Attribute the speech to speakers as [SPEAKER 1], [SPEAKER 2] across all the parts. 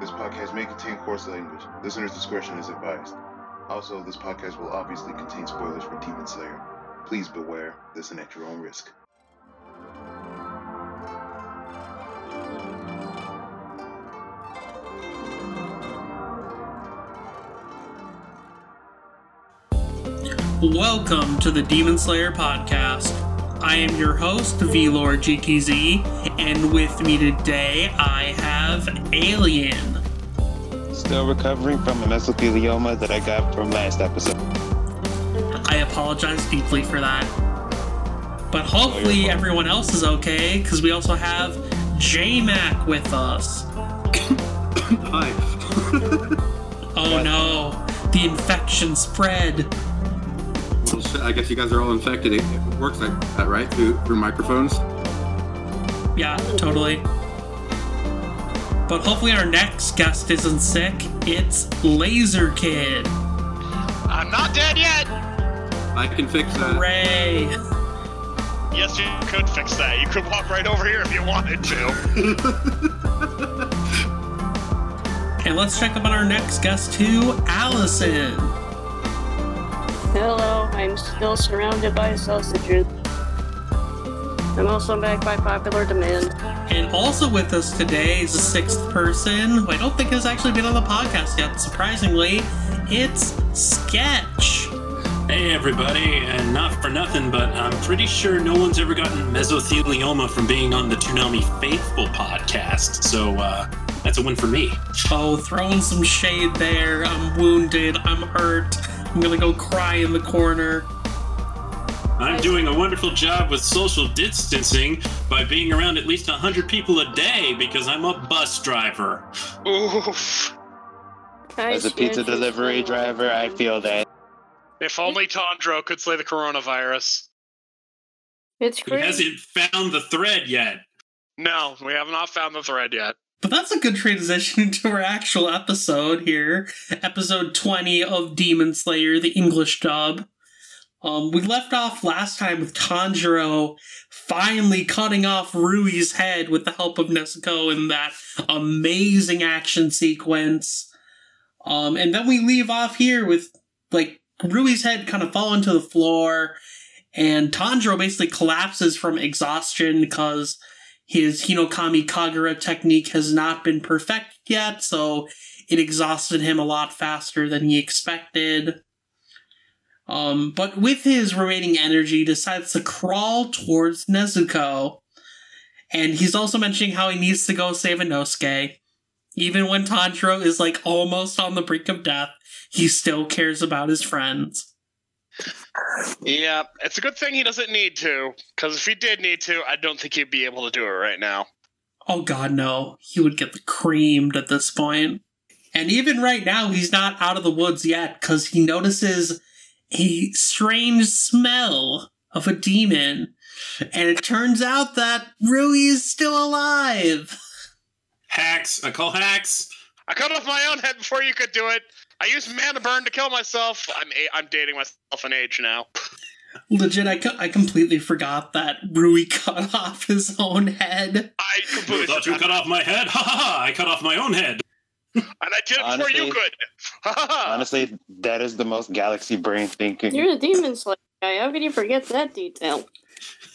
[SPEAKER 1] This podcast may contain coarse language. Listener's discretion is advised. Also, this podcast will obviously contain spoilers for Demon Slayer. Please beware, listen at your own risk.
[SPEAKER 2] Welcome to the Demon Slayer podcast. I am your host, Vlor GTZ, and with me today I have Alien.
[SPEAKER 3] Still recovering from a mesothelioma that I got from last episode.
[SPEAKER 2] I apologize deeply for that. But hopefully everyone else is okay, because we also have J Mac with us.
[SPEAKER 4] Hi.
[SPEAKER 2] Oh no, the infection spread.
[SPEAKER 4] Well, shit, I guess you guys are all infected. It, it works like that, right? Through, through microphones.
[SPEAKER 2] Yeah, totally. But hopefully our next guest isn't sick. It's Laser Kid.
[SPEAKER 5] I'm not dead yet!
[SPEAKER 4] I can fix that.
[SPEAKER 2] Hooray!
[SPEAKER 5] Yes, you could fix that. You could walk right over here if you wanted to.
[SPEAKER 2] And let's check up on our next guest too, Allison.
[SPEAKER 6] Hello, I'm still surrounded by sausages. I'm also back by popular demand.
[SPEAKER 2] And also with us today is a sixth person who I don't think has actually been on the podcast yet, surprisingly. It's Sketch.
[SPEAKER 7] Hey everybody, and not for nothing, but I'm pretty sure no one's ever gotten mesothelioma from being on the Toonami Faithful podcast, so uh, that's a win for me.
[SPEAKER 2] Oh, throwing some shade there. I'm wounded. I'm hurt. I'm gonna go cry in the corner.
[SPEAKER 7] I'm doing a wonderful job with social distancing by being around at least 100 people a day because I'm a bus driver.
[SPEAKER 5] Oof.
[SPEAKER 6] I
[SPEAKER 3] As a pizza
[SPEAKER 6] swear to
[SPEAKER 3] delivery
[SPEAKER 6] God.
[SPEAKER 3] driver, I feel that.
[SPEAKER 5] If only Tondro could slay the coronavirus.
[SPEAKER 6] It's
[SPEAKER 7] He
[SPEAKER 6] crazy.
[SPEAKER 7] hasn't found the thread yet.
[SPEAKER 5] No, we have not found the thread yet.
[SPEAKER 2] But that's a good transition into our actual episode here, episode 20 of Demon Slayer, the English dub. Um, we left off last time with Tanjiro finally cutting off Rui's head with the help of Nezuko in that amazing action sequence. Um, and then we leave off here with like Rui's head kind of falling to the floor, and Tanjiro basically collapses from exhaustion because his Hinokami Kagura technique has not been perfect yet, so it exhausted him a lot faster than he expected. Um, but with his remaining energy, decides to crawl towards Nezuko, and he's also mentioning how he needs to go save Inosuke. Even when Tanjiro is like almost on the brink of death, he still cares about his friends.
[SPEAKER 5] Yeah, it's a good thing he doesn't need to, because if he did need to, I don't think he'd be able to do it right now.
[SPEAKER 2] Oh god, no. He would get creamed at this point. And even right now, he's not out of the woods yet because he notices a strange smell of a demon. And it turns out that Rui is still alive.
[SPEAKER 7] Hacks, I call hacks.
[SPEAKER 5] I cut off my own head before you could do it. I used mana burn to kill myself. I'm a- I'm dating myself in age now.
[SPEAKER 2] Legit, I, co- I completely forgot that Rui cut off his own head.
[SPEAKER 5] I completely
[SPEAKER 7] Thought you
[SPEAKER 5] forgot.
[SPEAKER 7] cut off my head? Ha ha ha! I cut off my own head.
[SPEAKER 5] and I did it before
[SPEAKER 3] Honestly-
[SPEAKER 5] you could. Ha ha ha.
[SPEAKER 3] Honestly, that is the most galaxy brain thinking.
[SPEAKER 6] You're a demon slayer guy. How could you forget that detail?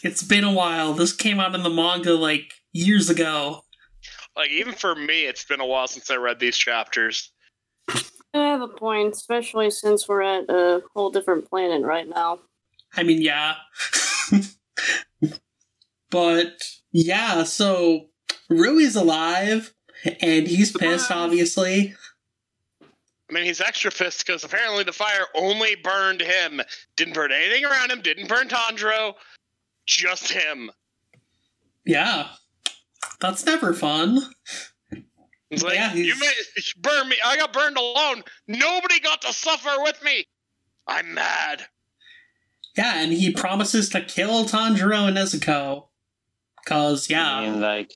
[SPEAKER 2] It's been a while. This came out in the manga like years ago.
[SPEAKER 5] Like even for me, it's been a while since I read these chapters.
[SPEAKER 6] I have a point, especially since we're at a whole different planet right now.
[SPEAKER 2] I mean, yeah. but yeah, so Rui's alive and he's pissed, obviously.
[SPEAKER 5] I mean, he's extra pissed because apparently the fire only burned him. Didn't burn anything around him. Didn't burn Tandro. Just him.
[SPEAKER 2] Yeah. That's never fun.
[SPEAKER 5] It's like
[SPEAKER 2] Yeah, he's-
[SPEAKER 5] you may burn me. I got burned alone. Nobody got to suffer with me. I'm mad.
[SPEAKER 2] Yeah, and he promises to kill Tanjiro and Nezuko. Cause
[SPEAKER 3] I mean,
[SPEAKER 2] yeah.
[SPEAKER 3] like,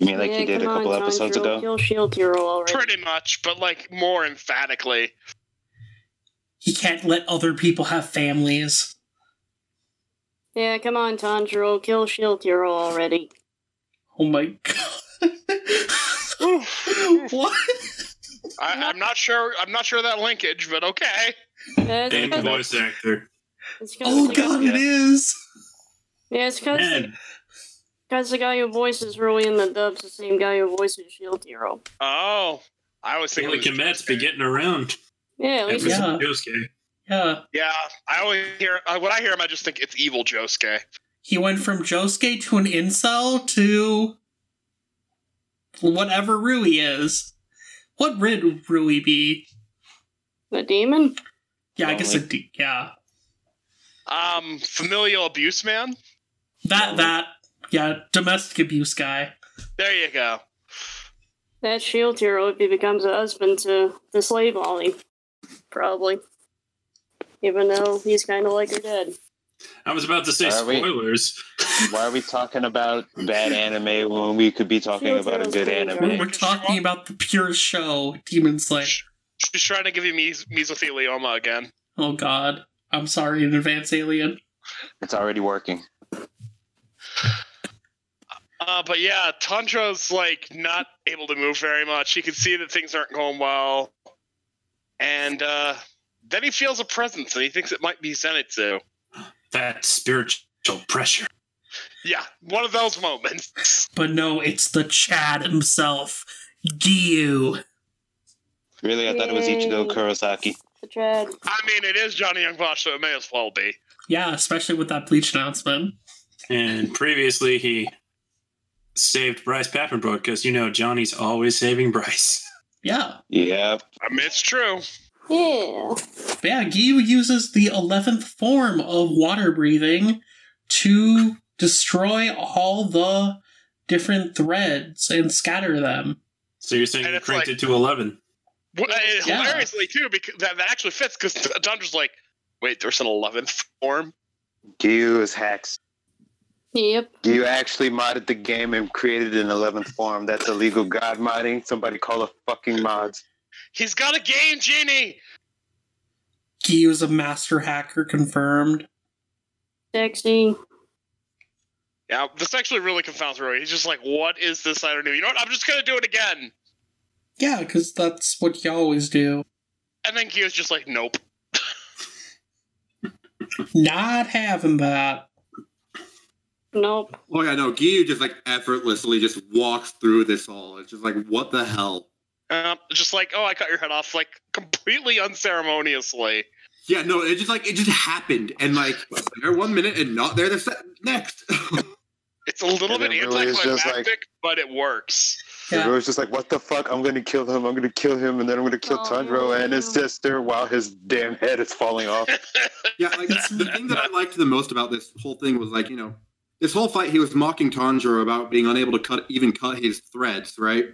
[SPEAKER 3] I mean, like
[SPEAKER 6] yeah,
[SPEAKER 3] he did a
[SPEAKER 6] come
[SPEAKER 3] couple
[SPEAKER 6] on,
[SPEAKER 3] episodes
[SPEAKER 6] Tanjiro,
[SPEAKER 3] ago.
[SPEAKER 6] Kill Shield Hero already.
[SPEAKER 5] Pretty much, but like more emphatically.
[SPEAKER 2] He can't let other people have families.
[SPEAKER 6] Yeah, come on, Tanjiro. Kill Shield Hero already.
[SPEAKER 2] Oh my god.
[SPEAKER 5] Oof, oof.
[SPEAKER 2] What?
[SPEAKER 5] I, I'm not sure. I'm not sure of that linkage, but okay.
[SPEAKER 6] Yeah, it's
[SPEAKER 7] Damn
[SPEAKER 6] 'cause-
[SPEAKER 7] voice actor.
[SPEAKER 6] it's 'cause
[SPEAKER 2] Oh
[SPEAKER 6] the-
[SPEAKER 2] god, it is.
[SPEAKER 6] Yeah, it's because the,
[SPEAKER 7] Man,
[SPEAKER 6] 'cause the guy who voices Rui in the dub's the same guy who voices Shield Hero.
[SPEAKER 5] Oh, I was thinking.
[SPEAKER 7] Haley
[SPEAKER 5] it was
[SPEAKER 7] Komet's
[SPEAKER 5] Josuke.
[SPEAKER 7] be getting around.
[SPEAKER 6] Yeah, at
[SPEAKER 7] That was
[SPEAKER 6] least
[SPEAKER 2] Yeah.
[SPEAKER 7] Josuke.
[SPEAKER 2] Yeah.
[SPEAKER 5] Yeah, I always hear uh, when I hear him, I just think it's evil Josuke.
[SPEAKER 2] He went from Josuke to an incel to whatever Rui is. What would Rui be?
[SPEAKER 6] the demon.
[SPEAKER 2] Yeah, I guess a
[SPEAKER 3] Lonely.
[SPEAKER 2] D. Yeah,
[SPEAKER 5] Um, familial abuse man.
[SPEAKER 2] that that yeah, domestic abuse guy.
[SPEAKER 5] There you go.
[SPEAKER 6] That Shield Hero, if he becomes a husband to the slave Ollie, probably. Even though he's kind of like her dad.
[SPEAKER 7] I was about to say
[SPEAKER 3] Are we-
[SPEAKER 7] spoilers.
[SPEAKER 3] Why are we talking about bad anime when we could be talking
[SPEAKER 6] Feels
[SPEAKER 3] about a
[SPEAKER 6] those
[SPEAKER 3] good
[SPEAKER 6] things,
[SPEAKER 2] We're,
[SPEAKER 3] anime?
[SPEAKER 6] right?
[SPEAKER 2] we're talking about the pure show, Demon Slayer.
[SPEAKER 5] She's trying to give you mes- mesothelioma again.
[SPEAKER 2] Oh God, I'm sorry in advance, Alien.
[SPEAKER 3] It's already working.
[SPEAKER 5] Uh, but yeah, Tantra's like not able to move very much. He can see that things aren't going well, and uh, then he feels a presence and he thinks it might be Zenitsu.
[SPEAKER 7] That spiritual pressure.
[SPEAKER 5] Yeah, one of those moments.
[SPEAKER 2] But no, it's the Chad himself, Gyu.
[SPEAKER 3] Really, I thought it was Ichigo
[SPEAKER 6] Yay.
[SPEAKER 3] Kurosaki.
[SPEAKER 6] The Chad.
[SPEAKER 5] I mean, it is Johnny Young Bosch, so it may as well be.
[SPEAKER 2] Yeah, especially with that Bleach announcement.
[SPEAKER 7] And previously he saved Bryce Papenbrook because you know Johnny's always saving Bryce.
[SPEAKER 2] Yeah,
[SPEAKER 3] Yep.
[SPEAKER 5] I mean, it's true.
[SPEAKER 6] Yeah.
[SPEAKER 2] but yeah, Gyu uses the eleventh form of water breathing to destroy all the different threads and scatter them.
[SPEAKER 7] So you're saying
[SPEAKER 5] And
[SPEAKER 7] you
[SPEAKER 5] it's
[SPEAKER 7] cranked
[SPEAKER 5] like-
[SPEAKER 7] it to eleven.
[SPEAKER 5] Well, and
[SPEAKER 2] Yeah.
[SPEAKER 5] Hilariously too, because that, that actually fits. Because Tantra's like, wait, there's an eleventh form.
[SPEAKER 3] Gyu is hacks.
[SPEAKER 6] Yep.
[SPEAKER 3] Gyu actually modded the game and created an 11th form. That's illegal god modding. Somebody call a fucking mods.
[SPEAKER 5] He's got a game genie.
[SPEAKER 2] Gyu is a master hacker confirmed.
[SPEAKER 6] Sexy.
[SPEAKER 5] Yeah, this actually really confounds Roy. He's just like, what is this? I don't know. You know what? I'm just gonna do it again.
[SPEAKER 2] Yeah, because that's what you always do.
[SPEAKER 5] And then Gio's just like, nope.
[SPEAKER 2] Not having that.
[SPEAKER 6] Nope.
[SPEAKER 4] Oh yeah, no, Gyu just like effortlessly just walks through this all. It's just like, what the hell?
[SPEAKER 5] Uh, just like, oh, I cut your head off, like completely unceremoniously.
[SPEAKER 4] Yeah, no, it just like it just happened, and like was there one minute and not there the se- next.
[SPEAKER 5] It's a little
[SPEAKER 3] And
[SPEAKER 5] bit
[SPEAKER 3] it really is just
[SPEAKER 5] anticlimactic,
[SPEAKER 3] like-
[SPEAKER 5] but it works.
[SPEAKER 2] Yeah.
[SPEAKER 3] It was just like, what the fuck? I'm gonna kill him. I'm gonna kill him, and then I'm gonna kill
[SPEAKER 6] Oh.
[SPEAKER 3] Tundro and his sister while his damn head is falling off.
[SPEAKER 4] yeah, like the thing that I liked the most about this whole thing was like you know, this whole fight he was mocking Tanjiro about being unable to cut even cut his threads, right?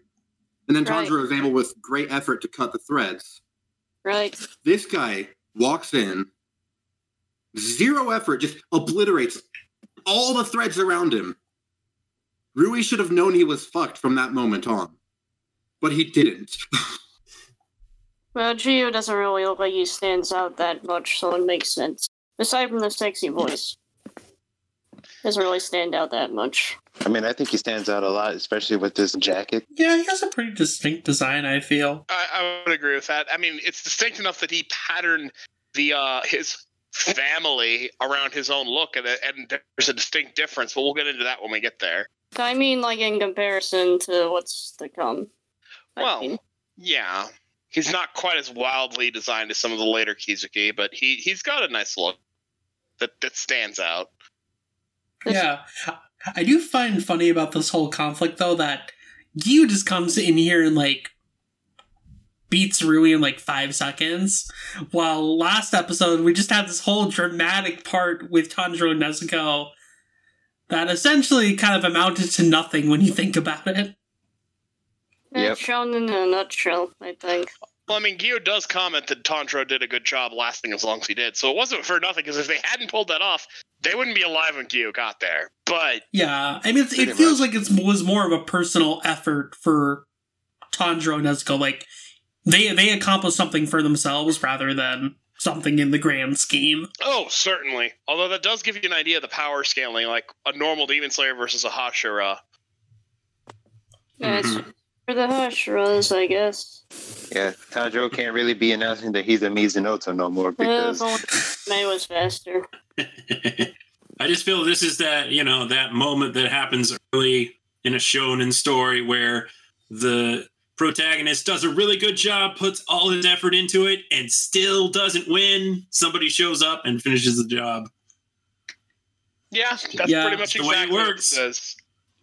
[SPEAKER 4] And then
[SPEAKER 6] Right.
[SPEAKER 4] Tanjiro is able with great effort to cut the threads.
[SPEAKER 6] Right.
[SPEAKER 4] this guy walks in, zero effort, just obliterates all the threads around him. Rui should have known he was fucked from that moment on, but he didn't.
[SPEAKER 6] Well, Gio doesn't really look like he stands out that much, so it makes sense. Aside from the sexy voice, doesn't really stand out that much.
[SPEAKER 3] I mean, I think he stands out a lot, especially with this jacket.
[SPEAKER 2] Yeah, he has a pretty distinct design, I feel.
[SPEAKER 5] I, I would agree with that. I mean, it's distinct enough that he patterned the uh, his family around his own look, and, and there's a distinct difference. But we'll get into that when we get there.
[SPEAKER 6] I mean, like in comparison to what's to come. I
[SPEAKER 5] Well,
[SPEAKER 6] mean,
[SPEAKER 5] Yeah, he's not quite as wildly designed as some of the later Kizuki, but he he's got a nice look that that stands out.
[SPEAKER 6] This-
[SPEAKER 2] Yeah. I do find funny about this whole conflict, though, that Gyu just comes in here and, like, beats Rui in, like, five seconds. While last episode, we just had this whole dramatic part with Tanjiro and Nezuko that essentially kind of amounted to nothing when you think about it.
[SPEAKER 3] Yep.
[SPEAKER 6] that's shown in a nutshell, I think.
[SPEAKER 5] Well, I mean, Gio does comment that Tantro did a good job lasting as long as he did, so it wasn't for nothing. Because if they hadn't pulled that off, they wouldn't be alive when Gio got there. But
[SPEAKER 2] Yeah. I mean, it's,
[SPEAKER 3] Pretty
[SPEAKER 2] it feels like it was more of a personal effort for Tanjiro and Nezuko. Like, they, they accomplished something for themselves rather than something in the grand scheme.
[SPEAKER 5] Oh, certainly. Although that does give you an idea of the power scaling, like a normal Demon Slayer versus a Hashira.
[SPEAKER 6] Yeah, it's-
[SPEAKER 3] Mm-hmm.
[SPEAKER 6] For the Hashras, I guess.
[SPEAKER 3] Yeah, Tanjiro can't really be announcing that he's a Mizunoto no more
[SPEAKER 6] Yeah,
[SPEAKER 3] because
[SPEAKER 6] but May was faster.
[SPEAKER 7] I just feel this is that you know that moment that happens early in a shonen story where the protagonist does a really good job, puts all his effort into it, and still doesn't win. Somebody shows up and finishes the job,
[SPEAKER 5] Yeah, that's
[SPEAKER 2] Yeah,
[SPEAKER 5] pretty much
[SPEAKER 7] that's the way it
[SPEAKER 5] exactly what it
[SPEAKER 7] works.
[SPEAKER 5] says.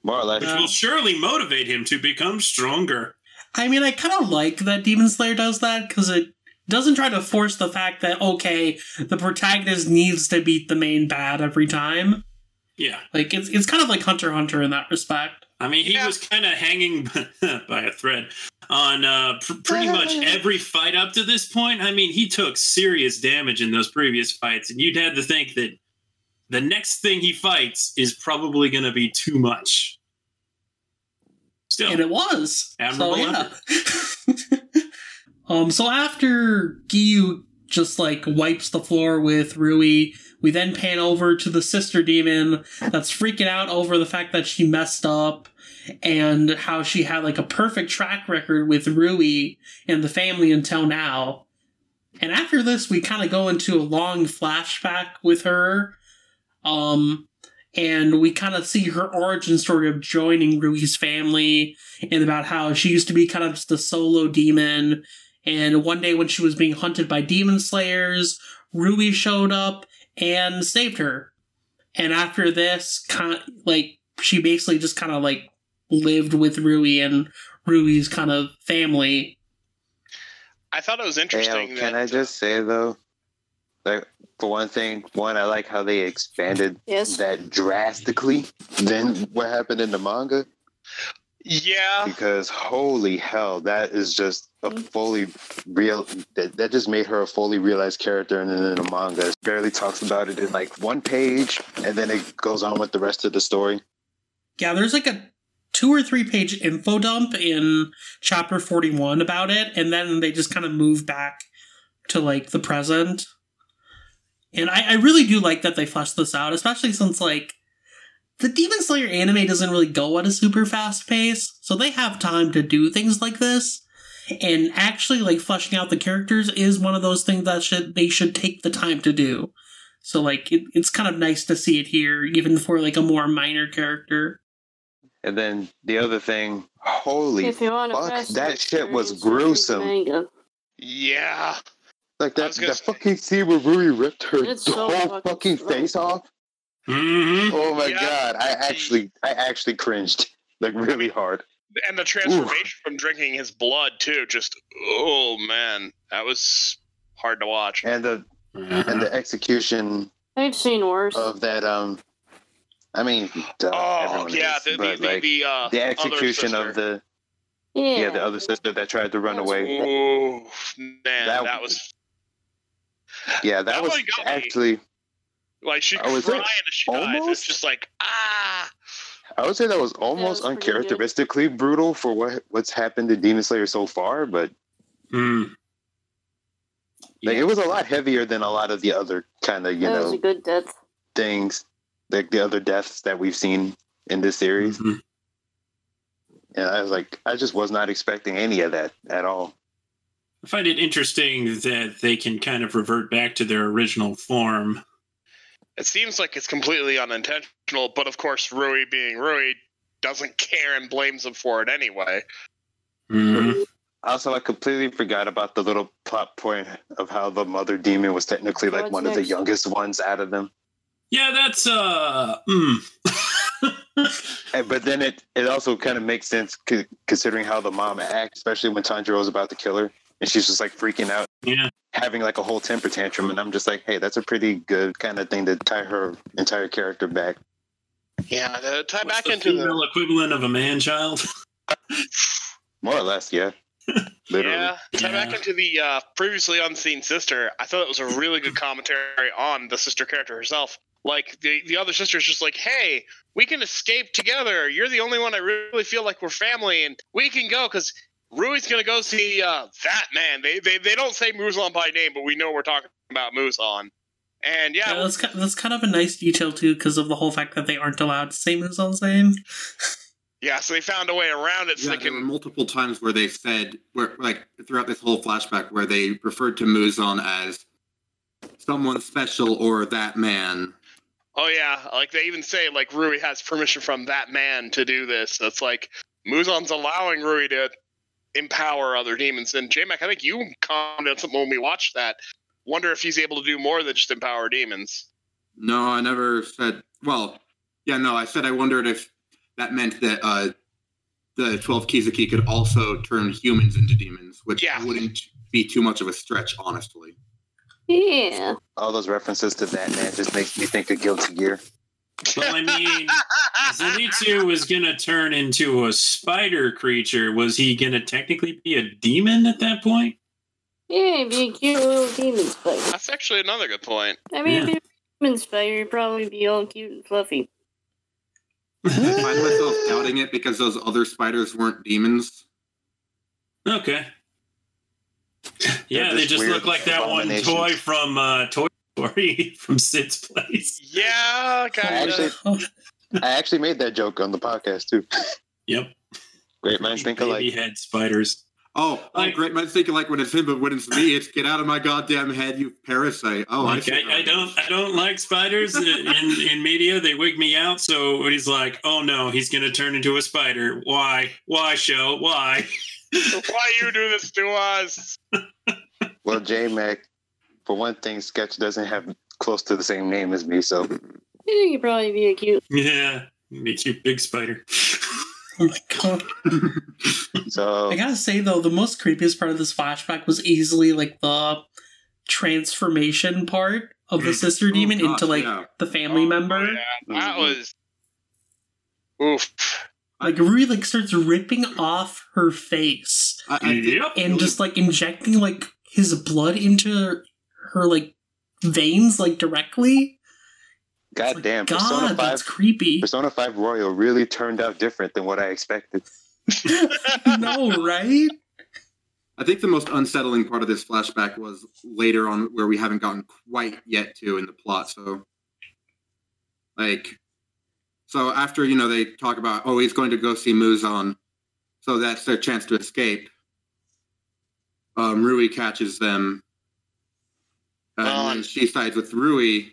[SPEAKER 3] more or less.
[SPEAKER 7] which
[SPEAKER 2] Yeah.
[SPEAKER 7] will surely motivate him to become stronger.
[SPEAKER 2] I mean, I kind of like that Demon Slayer does that because it doesn't try to force the fact that, okay, the protagonist needs to beat the main bad every time.
[SPEAKER 7] Yeah,
[SPEAKER 2] Like, it's, it's kind of like Hunter x Hunter in that respect.
[SPEAKER 7] I mean he
[SPEAKER 5] Yeah.
[SPEAKER 7] was kind of hanging by a thread on uh, pr- pretty much every fight up to this point. I mean he took serious damage in those previous fights, and you'd had to think that the next thing he fights is probably going to be too much. Still,
[SPEAKER 2] And it was.
[SPEAKER 7] Admirable
[SPEAKER 2] so, yeah. um, so after Giyu just like wipes the floor with Rui, we then pan over to the sister demon that's freaking out over the fact that she messed up and how she had like a perfect track record with Rui and the family until now. And after this, we kind of go into a long flashback with her. Um, and we kind of see her origin story of joining Rui's family and about how she used to be kind of just a solo demon. And one day when she was being hunted by demon slayers, Rui showed up and saved her. And after this, kind of, like she basically just kind of like lived with Rui and Rui's kind of family.
[SPEAKER 5] I thought it was
[SPEAKER 3] Hey,
[SPEAKER 5] interesting.
[SPEAKER 3] oh, can
[SPEAKER 5] that,
[SPEAKER 3] I just say though, like for one thing, one I like how they expanded
[SPEAKER 6] Yes.
[SPEAKER 3] that drastically than what happened in the manga
[SPEAKER 6] Ah.
[SPEAKER 5] Yeah,
[SPEAKER 3] because holy hell, that is just a
[SPEAKER 6] Mhm.
[SPEAKER 3] fully real. That, that just made her a fully realized character in, in the manga. It barely talks about it in like one page, and then it goes on with the rest of the story.
[SPEAKER 2] Yeah, there's like a two or three page info dump in chapter 41 about it, and then they just kind of move back to like the present. And I, I really do like that they fleshed this out, especially since like the Demon Slayer anime doesn't really go at a super fast pace, so they have time to do things like this. And actually, like fleshing out the characters is one of those things that should they should take the time to do. So like it, it's kind of nice to see it here, even for like a more minor character.
[SPEAKER 3] And then the other thing, holy
[SPEAKER 6] If you want to
[SPEAKER 3] fuck,
[SPEAKER 6] fast
[SPEAKER 3] that shit was
[SPEAKER 6] experience, read
[SPEAKER 3] gruesome.
[SPEAKER 6] the manga.
[SPEAKER 5] yeah.
[SPEAKER 3] Like
[SPEAKER 5] I
[SPEAKER 3] that,
[SPEAKER 5] was gonna
[SPEAKER 3] that
[SPEAKER 5] say-
[SPEAKER 3] fucking scene where Rui ripped her
[SPEAKER 6] It's
[SPEAKER 3] whole
[SPEAKER 6] so fucking
[SPEAKER 3] fucking
[SPEAKER 6] strong.
[SPEAKER 3] face off.
[SPEAKER 7] Mhm.
[SPEAKER 3] Oh my
[SPEAKER 5] Yeah.
[SPEAKER 3] god! I actually, I actually cringed like really hard.
[SPEAKER 5] And the transformation from drinking his blood too, just oh man, that was hard to watch.
[SPEAKER 3] And uh, the and the execution
[SPEAKER 6] I've seen worse.
[SPEAKER 3] of that. Um, I mean, duh,
[SPEAKER 5] Oh
[SPEAKER 3] everyone
[SPEAKER 5] yeah,
[SPEAKER 3] is,
[SPEAKER 5] the the
[SPEAKER 3] but,
[SPEAKER 5] the,
[SPEAKER 3] like,
[SPEAKER 5] the, uh,
[SPEAKER 3] the execution
[SPEAKER 5] other
[SPEAKER 3] of the
[SPEAKER 6] yeah.
[SPEAKER 3] yeah. the other sister that tried to run
[SPEAKER 6] That's
[SPEAKER 3] away.
[SPEAKER 5] oh man, that,
[SPEAKER 3] That-
[SPEAKER 5] was
[SPEAKER 3] Yeah, that,
[SPEAKER 5] That
[SPEAKER 3] was
[SPEAKER 5] one got me.
[SPEAKER 3] actually.
[SPEAKER 5] like she
[SPEAKER 3] I
[SPEAKER 5] crying
[SPEAKER 3] was
[SPEAKER 5] as
[SPEAKER 3] like,
[SPEAKER 5] she dies. It's
[SPEAKER 3] almost-
[SPEAKER 5] just like ah,
[SPEAKER 3] I would say that was almost
[SPEAKER 6] was pretty good.
[SPEAKER 3] uncharacteristically brutal for what what's happened to Demon Slayer so far, but
[SPEAKER 7] Mm.
[SPEAKER 3] like, it was a lot heavier than a lot of the other kind of you
[SPEAKER 6] that
[SPEAKER 3] know
[SPEAKER 6] was a good death.
[SPEAKER 3] things, like the other deaths that we've seen in this
[SPEAKER 5] Mm.
[SPEAKER 3] series.
[SPEAKER 7] Mhm.
[SPEAKER 3] And I was like, I just was not expecting any of that at all.
[SPEAKER 7] I find it interesting that they can kind of revert back to their original form.
[SPEAKER 5] it seems like it's completely unintentional. But of course, Rui being Rui doesn't care and blames him for it anyway.
[SPEAKER 7] Mhm.
[SPEAKER 3] Also, I completely forgot about the little plot point of how the mother demon was technically like
[SPEAKER 6] What's
[SPEAKER 3] one of the
[SPEAKER 6] next?
[SPEAKER 3] youngest ones out of them.
[SPEAKER 7] Yeah, that's uh. Mm.
[SPEAKER 3] And- But then it, it also kind of makes sense c- considering how the mom acts, especially when Tanjiro is about to kill her and she's just like freaking out,
[SPEAKER 7] yeah.
[SPEAKER 3] having like a whole temper tantrum. And I'm just like, hey, that's a pretty good kind of thing to tie her entire character back.
[SPEAKER 5] Yeah, to tie
[SPEAKER 7] What's
[SPEAKER 5] back
[SPEAKER 7] the
[SPEAKER 5] into the
[SPEAKER 7] female equivalent of a man child.
[SPEAKER 3] More or less, yeah. Literally.
[SPEAKER 5] Yeah, tie
[SPEAKER 7] Yeah.
[SPEAKER 5] back into the uh, previously unseen sister. I thought it was a really good commentary on the sister character herself. Like the the other sister is just like, "Hey, we can escape together. You're the only one I really feel like we're family, and we can go because Rui's gonna go see uh, that man. They, they they don't say Muzan by name, but we know we're talking about Muzan. And yeah,
[SPEAKER 2] Yeah, that's ki- that's kind of a nice detail too, because of the whole fact that they aren't allowed to say moves all the same.
[SPEAKER 5] Yeah, so they found a way around it so
[SPEAKER 4] Yeah,
[SPEAKER 5] they
[SPEAKER 4] there were
[SPEAKER 5] can.
[SPEAKER 4] multiple times where they said, where like throughout this whole flashback, where they referred to Muzan as someone special or that man.
[SPEAKER 5] Oh yeah, like they even say like Rui has permission from that man to do this. So it's like Muzan's allowing Rui to empower other demons. And J-Mac, I think you commented on something when we watched that. Wonder if he's able to do more than just empower demons.
[SPEAKER 4] No, I never said. Well, yeah, no, I said I wondered if that meant that uh, the twelve Kizuki could also turn humans into demons, which
[SPEAKER 5] Yeah.
[SPEAKER 4] wouldn't be too much of a stretch, honestly.
[SPEAKER 6] Yeah.
[SPEAKER 3] All those references to that man just makes me think of Guilty Gear.
[SPEAKER 7] Well, I mean, Zenitsu was gonna turn into a spider creature. Was he gonna technically be a demon at that point?
[SPEAKER 6] Yeah, it'd be a cute little demon spider.
[SPEAKER 5] That's actually another good point.
[SPEAKER 6] I mean, if
[SPEAKER 7] Yeah.
[SPEAKER 6] you're a demon spider, you'd probably be all cute and fluffy.
[SPEAKER 4] I find myself doubting it because those other spiders weren't demons.
[SPEAKER 7] Okay. Yeah,
[SPEAKER 3] They're
[SPEAKER 7] they
[SPEAKER 3] just
[SPEAKER 7] just
[SPEAKER 3] weird
[SPEAKER 7] look like that one
[SPEAKER 3] abominations.
[SPEAKER 7] toy from uh, Toy Story from Sid's place.
[SPEAKER 5] Yeah, kind
[SPEAKER 3] Actually,
[SPEAKER 2] Oh,
[SPEAKER 3] I actually made that joke on the podcast too.
[SPEAKER 7] Yep.
[SPEAKER 3] Great minds think
[SPEAKER 7] Baby
[SPEAKER 3] alike.
[SPEAKER 7] head spiders.
[SPEAKER 4] Oh, oh
[SPEAKER 7] Like-
[SPEAKER 4] great! I think like when it's him, but when it's me, it's get out of my goddamn head, you parasite. Oh, I,
[SPEAKER 7] Like,
[SPEAKER 4] see how
[SPEAKER 7] I, I
[SPEAKER 4] it
[SPEAKER 7] don't,
[SPEAKER 4] is.
[SPEAKER 7] I don't like spiders in, in media. They wig me out. So when he's like, "Oh no, he's gonna turn into a spider. Why? Why show? Why?"
[SPEAKER 5] Why you do this to us?
[SPEAKER 3] Well, J Mac, for one thing, Sketch doesn't have close to the same name as me, so
[SPEAKER 6] I think you'd probably be a cute.
[SPEAKER 7] yeah, makes you big spider.
[SPEAKER 2] Oh my god.
[SPEAKER 3] so
[SPEAKER 2] I gotta say though, the most creepiest part of this flashback was easily like the transformation part of the sister
[SPEAKER 4] Oh,
[SPEAKER 2] demon
[SPEAKER 4] gosh,
[SPEAKER 2] into like
[SPEAKER 4] yeah.
[SPEAKER 2] the family
[SPEAKER 5] Oh,
[SPEAKER 2] member.
[SPEAKER 5] Yeah, that
[SPEAKER 3] Mhm.
[SPEAKER 5] was. Oof.
[SPEAKER 2] Like Rui like starts ripping off her face
[SPEAKER 4] I, I think-
[SPEAKER 7] yep.
[SPEAKER 2] and just like injecting like his blood into her, like veins like directly. It's like,
[SPEAKER 3] goddamn, Persona
[SPEAKER 2] God,
[SPEAKER 3] Five,
[SPEAKER 2] that's creepy.
[SPEAKER 3] Persona Five Royal really turned out different than what I expected.
[SPEAKER 2] no, right?
[SPEAKER 4] I think the most unsettling part of this flashback was later on, where we haven't gotten quite yet to in the plot. So, like, so after you know they talk about, oh, he's going to go see Muzan, so that's their chance to escape. Um, Rui catches them, and
[SPEAKER 5] Well,
[SPEAKER 4] then
[SPEAKER 5] and-
[SPEAKER 4] she sides with Rui.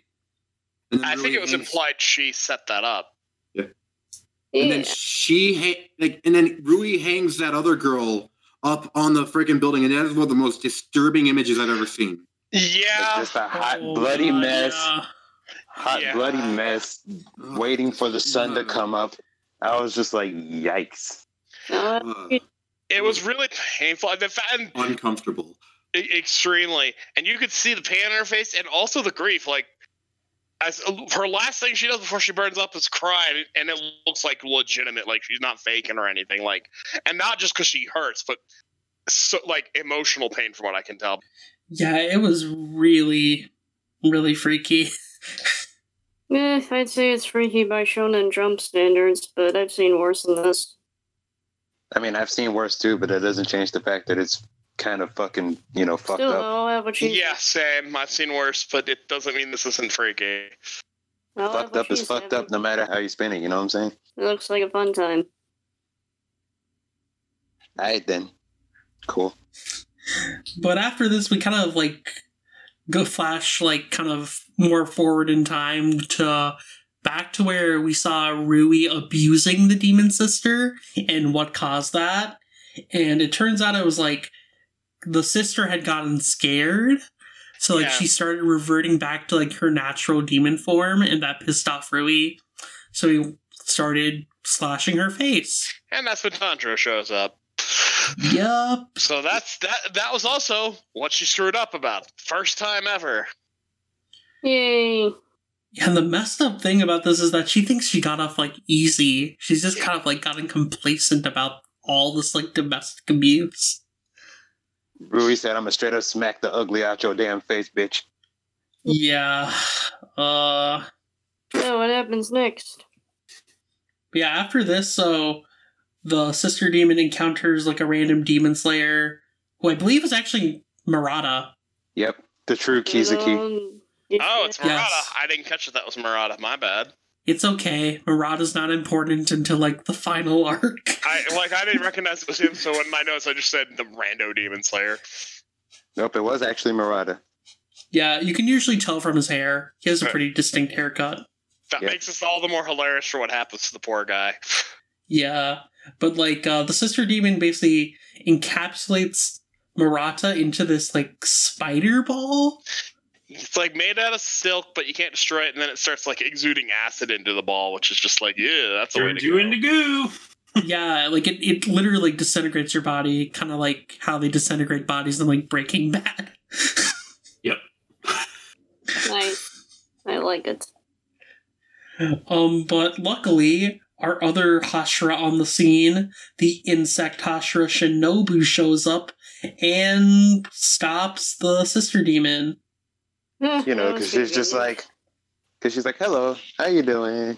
[SPEAKER 4] And then
[SPEAKER 5] I think
[SPEAKER 4] Rui
[SPEAKER 5] it was
[SPEAKER 4] hangs-
[SPEAKER 5] implied she set that up.
[SPEAKER 4] And
[SPEAKER 6] Yeah.
[SPEAKER 4] then she ha- like, and then Rui hangs that other girl up on the freaking building, and that is one of the most disturbing images I've ever seen.
[SPEAKER 5] Yeah.
[SPEAKER 3] It's just a hot,
[SPEAKER 2] Oh,
[SPEAKER 3] bloody
[SPEAKER 2] God,
[SPEAKER 3] mess,
[SPEAKER 2] yeah.
[SPEAKER 3] hot,
[SPEAKER 5] Yeah.
[SPEAKER 3] bloody mess, waiting for the sun to come up. I was just like, yikes.
[SPEAKER 6] No,
[SPEAKER 4] Uh,
[SPEAKER 5] It was really painful. The fa- and
[SPEAKER 4] uncomfortable.
[SPEAKER 5] e- extremely, and you could see the pain on her face, and also the grief. Like, as uh, her last thing she does before she burns up is cry, and it looks like legitimate. Like she's not faking or anything. Like, and not just because she hurts, but so like emotional pain, from what I can tell.
[SPEAKER 2] Yeah, it was really, really freaky.
[SPEAKER 6] Eh, I'd say it's freaky by shonen jump standards, but I've seen worse than this.
[SPEAKER 3] I mean, I've seen worse too, but that doesn't change the fact that it's kind of fucking, you know, fucked
[SPEAKER 6] Still,
[SPEAKER 3] up.
[SPEAKER 6] I'll have what you.
[SPEAKER 5] Yeah, same. I've seen worse, but it doesn't mean this isn't freaky.
[SPEAKER 6] I'll have
[SPEAKER 3] Fucked
[SPEAKER 6] what
[SPEAKER 3] up is
[SPEAKER 6] you
[SPEAKER 3] fucked
[SPEAKER 6] said.
[SPEAKER 3] up no matter how you spin it, you know what I'm saying?
[SPEAKER 6] It looks like a fun time.
[SPEAKER 3] All right, then. Cool.
[SPEAKER 2] But after this, we kind of like go flash like kind of more forward in time to back to where we saw Rui abusing the demon sister and what caused that. And it turns out it was like the sister had gotten scared. So like
[SPEAKER 5] Yeah.
[SPEAKER 2] she started reverting back to like her natural demon form and that pissed off Rui. So he started slashing her face.
[SPEAKER 5] And that's when Tantra shows up.
[SPEAKER 2] Yup.
[SPEAKER 5] So that's that. That was also what she screwed up about. First time ever.
[SPEAKER 6] Yay.
[SPEAKER 2] Yeah, and the messed up thing about this is that she thinks she got off like easy. She's just kind of like gotten complacent about all this like domestic abuse.
[SPEAKER 3] Rui said, I'm going to straight up smack the ugly out your damn face, bitch.
[SPEAKER 2] Yeah. Uh
[SPEAKER 6] So, what happens next?
[SPEAKER 2] but yeah, after this, so the sister demon encounters like a random demon slayer who I believe is actually Murata.
[SPEAKER 3] Yep. The true Kizuki.
[SPEAKER 6] Um, yeah.
[SPEAKER 5] Oh, it's Murata.
[SPEAKER 2] Yes.
[SPEAKER 5] I didn't catch that that was Murata. My bad.
[SPEAKER 2] It's okay. Murata's not important until like the final arc.
[SPEAKER 5] I like I didn't recognize it was him, so in my notes I just said the rando demon slayer.
[SPEAKER 3] Nope, it was actually Murata.
[SPEAKER 2] yeah, you can usually tell from his hair. He has a
[SPEAKER 5] Right.
[SPEAKER 2] pretty distinct haircut.
[SPEAKER 5] That
[SPEAKER 3] Yeah.
[SPEAKER 5] makes us all the more hilarious for what happens to the poor guy.
[SPEAKER 2] Yeah, but like uh, the sister demon basically encapsulates Murata into this like spider ball.
[SPEAKER 5] It's like made out of silk, but you can't destroy it, and then it starts like exuding acid into the ball, which is just like, yeah, that's the way
[SPEAKER 7] Turned
[SPEAKER 5] to
[SPEAKER 7] you
[SPEAKER 5] go.
[SPEAKER 7] into goo.
[SPEAKER 2] yeah, like it, it literally disintegrates your body, kind of like how they disintegrate bodies in like Breaking Bad.
[SPEAKER 6] Nice. I like it.
[SPEAKER 2] Um, but luckily, our other Hashira on the scene, the insect Hashira Shinobu, shows up and stops the sister demon.
[SPEAKER 3] You know, because she's just like, because she's like, hello, how you doing?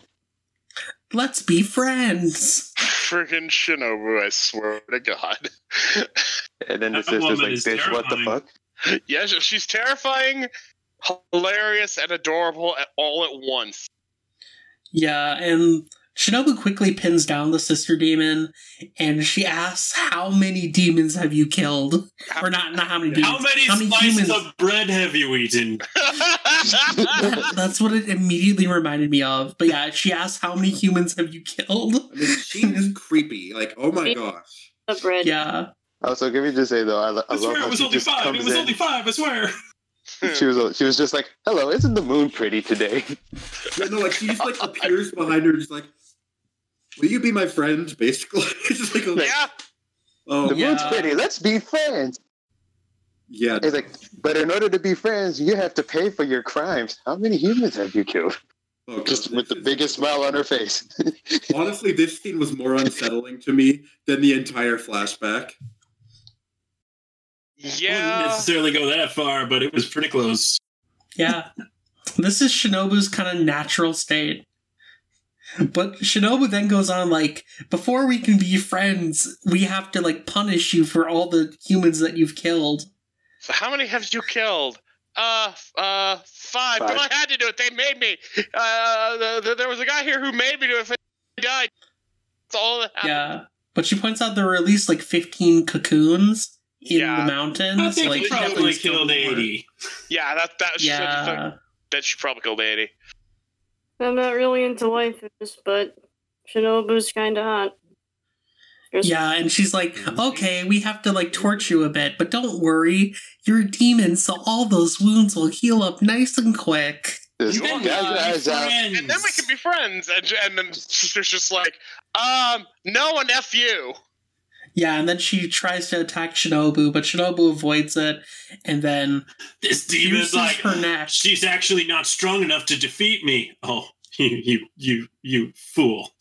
[SPEAKER 2] Let's be friends.
[SPEAKER 5] Freaking Shinobu, I swear to God.
[SPEAKER 3] And then the
[SPEAKER 7] That
[SPEAKER 3] sister's
[SPEAKER 7] woman
[SPEAKER 3] like,
[SPEAKER 7] is
[SPEAKER 3] bitch, what the
[SPEAKER 7] terrifying.
[SPEAKER 3] fuck?
[SPEAKER 5] yeah, she- she's terrifying, hilarious, and adorable at all at once.
[SPEAKER 2] Yeah, and Shinobu quickly pins down the sister demon and she asks, How many demons have you killed? Or not, not how many demons.
[SPEAKER 7] How many slices of bread have you eaten?
[SPEAKER 2] That- That's what it immediately reminded me of. But yeah, she asks, How many humans have you killed?
[SPEAKER 4] I mean, she is creepy. Like, oh my gosh.
[SPEAKER 6] the bread.
[SPEAKER 2] Yeah.
[SPEAKER 3] Also, can we just say though, I, lo- I
[SPEAKER 7] I
[SPEAKER 3] love
[SPEAKER 7] swear
[SPEAKER 3] how
[SPEAKER 7] it was
[SPEAKER 3] she
[SPEAKER 7] only
[SPEAKER 3] just
[SPEAKER 7] five. It
[SPEAKER 3] comes
[SPEAKER 7] was
[SPEAKER 3] in.
[SPEAKER 7] only five. I swear.
[SPEAKER 5] five.
[SPEAKER 4] Hmm.
[SPEAKER 3] She was she was just like, hello, isn't the moon pretty today?
[SPEAKER 4] Yeah, no, like she just like appears behind her, just like, will you be my friend? Basically, it's just like, a,
[SPEAKER 5] yeah,
[SPEAKER 4] oh
[SPEAKER 3] The
[SPEAKER 4] yeah.
[SPEAKER 3] moon's
[SPEAKER 2] Yeah.
[SPEAKER 3] pretty. Let's be friends. It's like, but in order to be friends, you have to pay for your crimes. How many humans have you killed?
[SPEAKER 4] Oh, God,
[SPEAKER 3] Just with the
[SPEAKER 4] this is-
[SPEAKER 3] biggest smile on her face.
[SPEAKER 4] Honestly, this scene was more unsettling to me than the entire flashback.
[SPEAKER 7] Wouldn't
[SPEAKER 5] yeah.
[SPEAKER 7] necessarily go that far, but it was pretty close.
[SPEAKER 2] Yeah. This is Shinobu's kind of natural state. But Shinobu then goes on like, before we can be friends, we have to like punish you for all the humans that you've killed.
[SPEAKER 5] So how many have you killed? Uh, f- uh, five. But
[SPEAKER 3] Five.
[SPEAKER 5] I had to do it. They made me. Uh, th- th- there was a guy here who made me do it. If I died, that's all that happened.
[SPEAKER 2] Yeah. But she points out there were at least like 15 cocoons in
[SPEAKER 5] Yeah.
[SPEAKER 2] the mountains.
[SPEAKER 7] I think
[SPEAKER 2] like,
[SPEAKER 7] we
[SPEAKER 2] she definitely
[SPEAKER 7] probably
[SPEAKER 2] was still
[SPEAKER 7] killed
[SPEAKER 2] more.
[SPEAKER 7] eighty.
[SPEAKER 5] Yeah, that that she said the thing-
[SPEAKER 2] Yeah.
[SPEAKER 5] that she probably killed eighty.
[SPEAKER 6] I'm not really into waifus, but Shinobu's kind of hot. There's-
[SPEAKER 2] Yeah, and she's like, okay, we have to like torture you a bit, but don't worry. You're a demon, so all those wounds will heal up nice and quick.
[SPEAKER 3] Just
[SPEAKER 5] You
[SPEAKER 3] gouge
[SPEAKER 5] are
[SPEAKER 3] your
[SPEAKER 5] my
[SPEAKER 3] eyes out.
[SPEAKER 5] And then we can be friends. And and then sister's just like, um, no, and f you.
[SPEAKER 2] Yeah, and then she tries to attack Shinobu, but Shinobu avoids it, and then
[SPEAKER 7] This demon's
[SPEAKER 2] uses
[SPEAKER 7] like,
[SPEAKER 2] her neck.
[SPEAKER 7] she's actually not strong enough to defeat me. Oh, you, you, you, you fool!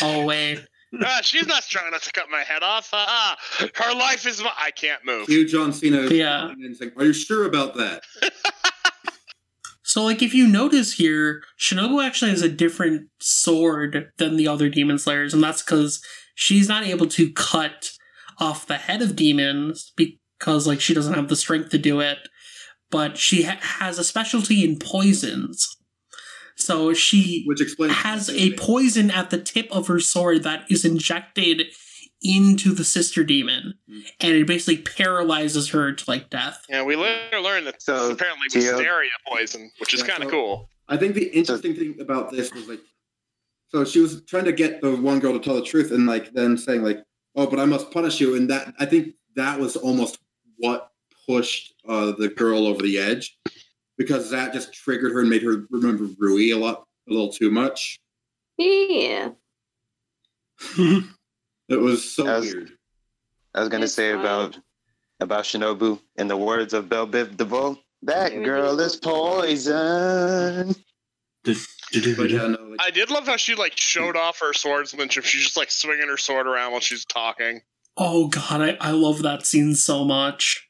[SPEAKER 2] Oh wait,
[SPEAKER 5] Ah, she's not strong enough to cut my head off. Ah, ah, her life is my. I can't
[SPEAKER 3] Oh.
[SPEAKER 5] move.
[SPEAKER 4] Hugh John Cena is
[SPEAKER 2] Yeah.
[SPEAKER 4] coming in and saying, "Are you sure about that?"
[SPEAKER 2] so like if you notice here, Shinobu actually has a different sword than the other demon slayers, and that's because she's not able to cut off the head of demons because like she doesn't have the strength to do it. But she ha- has a specialty in poisons, so she
[SPEAKER 4] Which explains
[SPEAKER 2] has a poison at the tip of her sword that is injected into the sister demon and it basically paralyzes her to like death
[SPEAKER 5] Yeah, we later learned that
[SPEAKER 3] So,
[SPEAKER 5] it's apparently
[SPEAKER 3] Tio-
[SPEAKER 5] wisteria poison, which is
[SPEAKER 4] Yeah,
[SPEAKER 5] kind
[SPEAKER 4] so-
[SPEAKER 5] of cool.
[SPEAKER 4] I think the interesting thing about this was like, so she was trying to get the one girl to tell the truth, and like then saying like, "Oh, but I must punish you," and that I think that was almost what pushed uh, the girl over the edge, because that just triggered her and made her remember Rui a lot, a little too much.
[SPEAKER 6] Yeah.
[SPEAKER 4] It was so
[SPEAKER 3] As-
[SPEAKER 4] weird.
[SPEAKER 3] I was gonna
[SPEAKER 6] It's
[SPEAKER 3] say
[SPEAKER 6] fine.
[SPEAKER 3] about about Shinobu in the words of Belle Biv DeVoe. That
[SPEAKER 6] Everything
[SPEAKER 3] girl is
[SPEAKER 6] is
[SPEAKER 3] poison.
[SPEAKER 4] But yeah, no, like,
[SPEAKER 5] I did love how she like showed off her swordsmanship. She's just like swinging her sword around while she's talking.
[SPEAKER 2] oh god i, I love that scene so much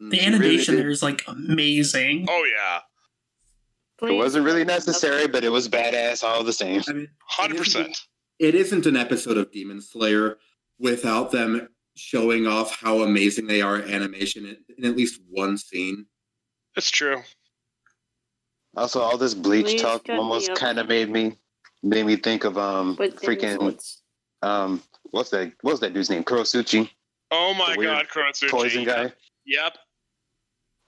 [SPEAKER 4] mm.
[SPEAKER 2] the animation
[SPEAKER 3] did.
[SPEAKER 2] there is like amazing
[SPEAKER 5] Oh yeah,
[SPEAKER 3] It wasn't really necessary, but it was badass all the same.
[SPEAKER 4] I mean,
[SPEAKER 5] hundred percent.
[SPEAKER 4] it isn't an episode of Demon Slayer without them showing off how amazing they are at animation in, in at least one scene.
[SPEAKER 5] It's true.
[SPEAKER 3] Also, all this bleach
[SPEAKER 6] Please
[SPEAKER 3] talk
[SPEAKER 6] cut me
[SPEAKER 3] almost
[SPEAKER 6] up.
[SPEAKER 3] kind of made me made me think of um
[SPEAKER 6] With
[SPEAKER 3] freaking um what's that what's that dude's name Kurosuchi
[SPEAKER 5] Oh my
[SPEAKER 3] The weird
[SPEAKER 5] god, Kuratsuchi.
[SPEAKER 3] poison guy
[SPEAKER 5] Yep.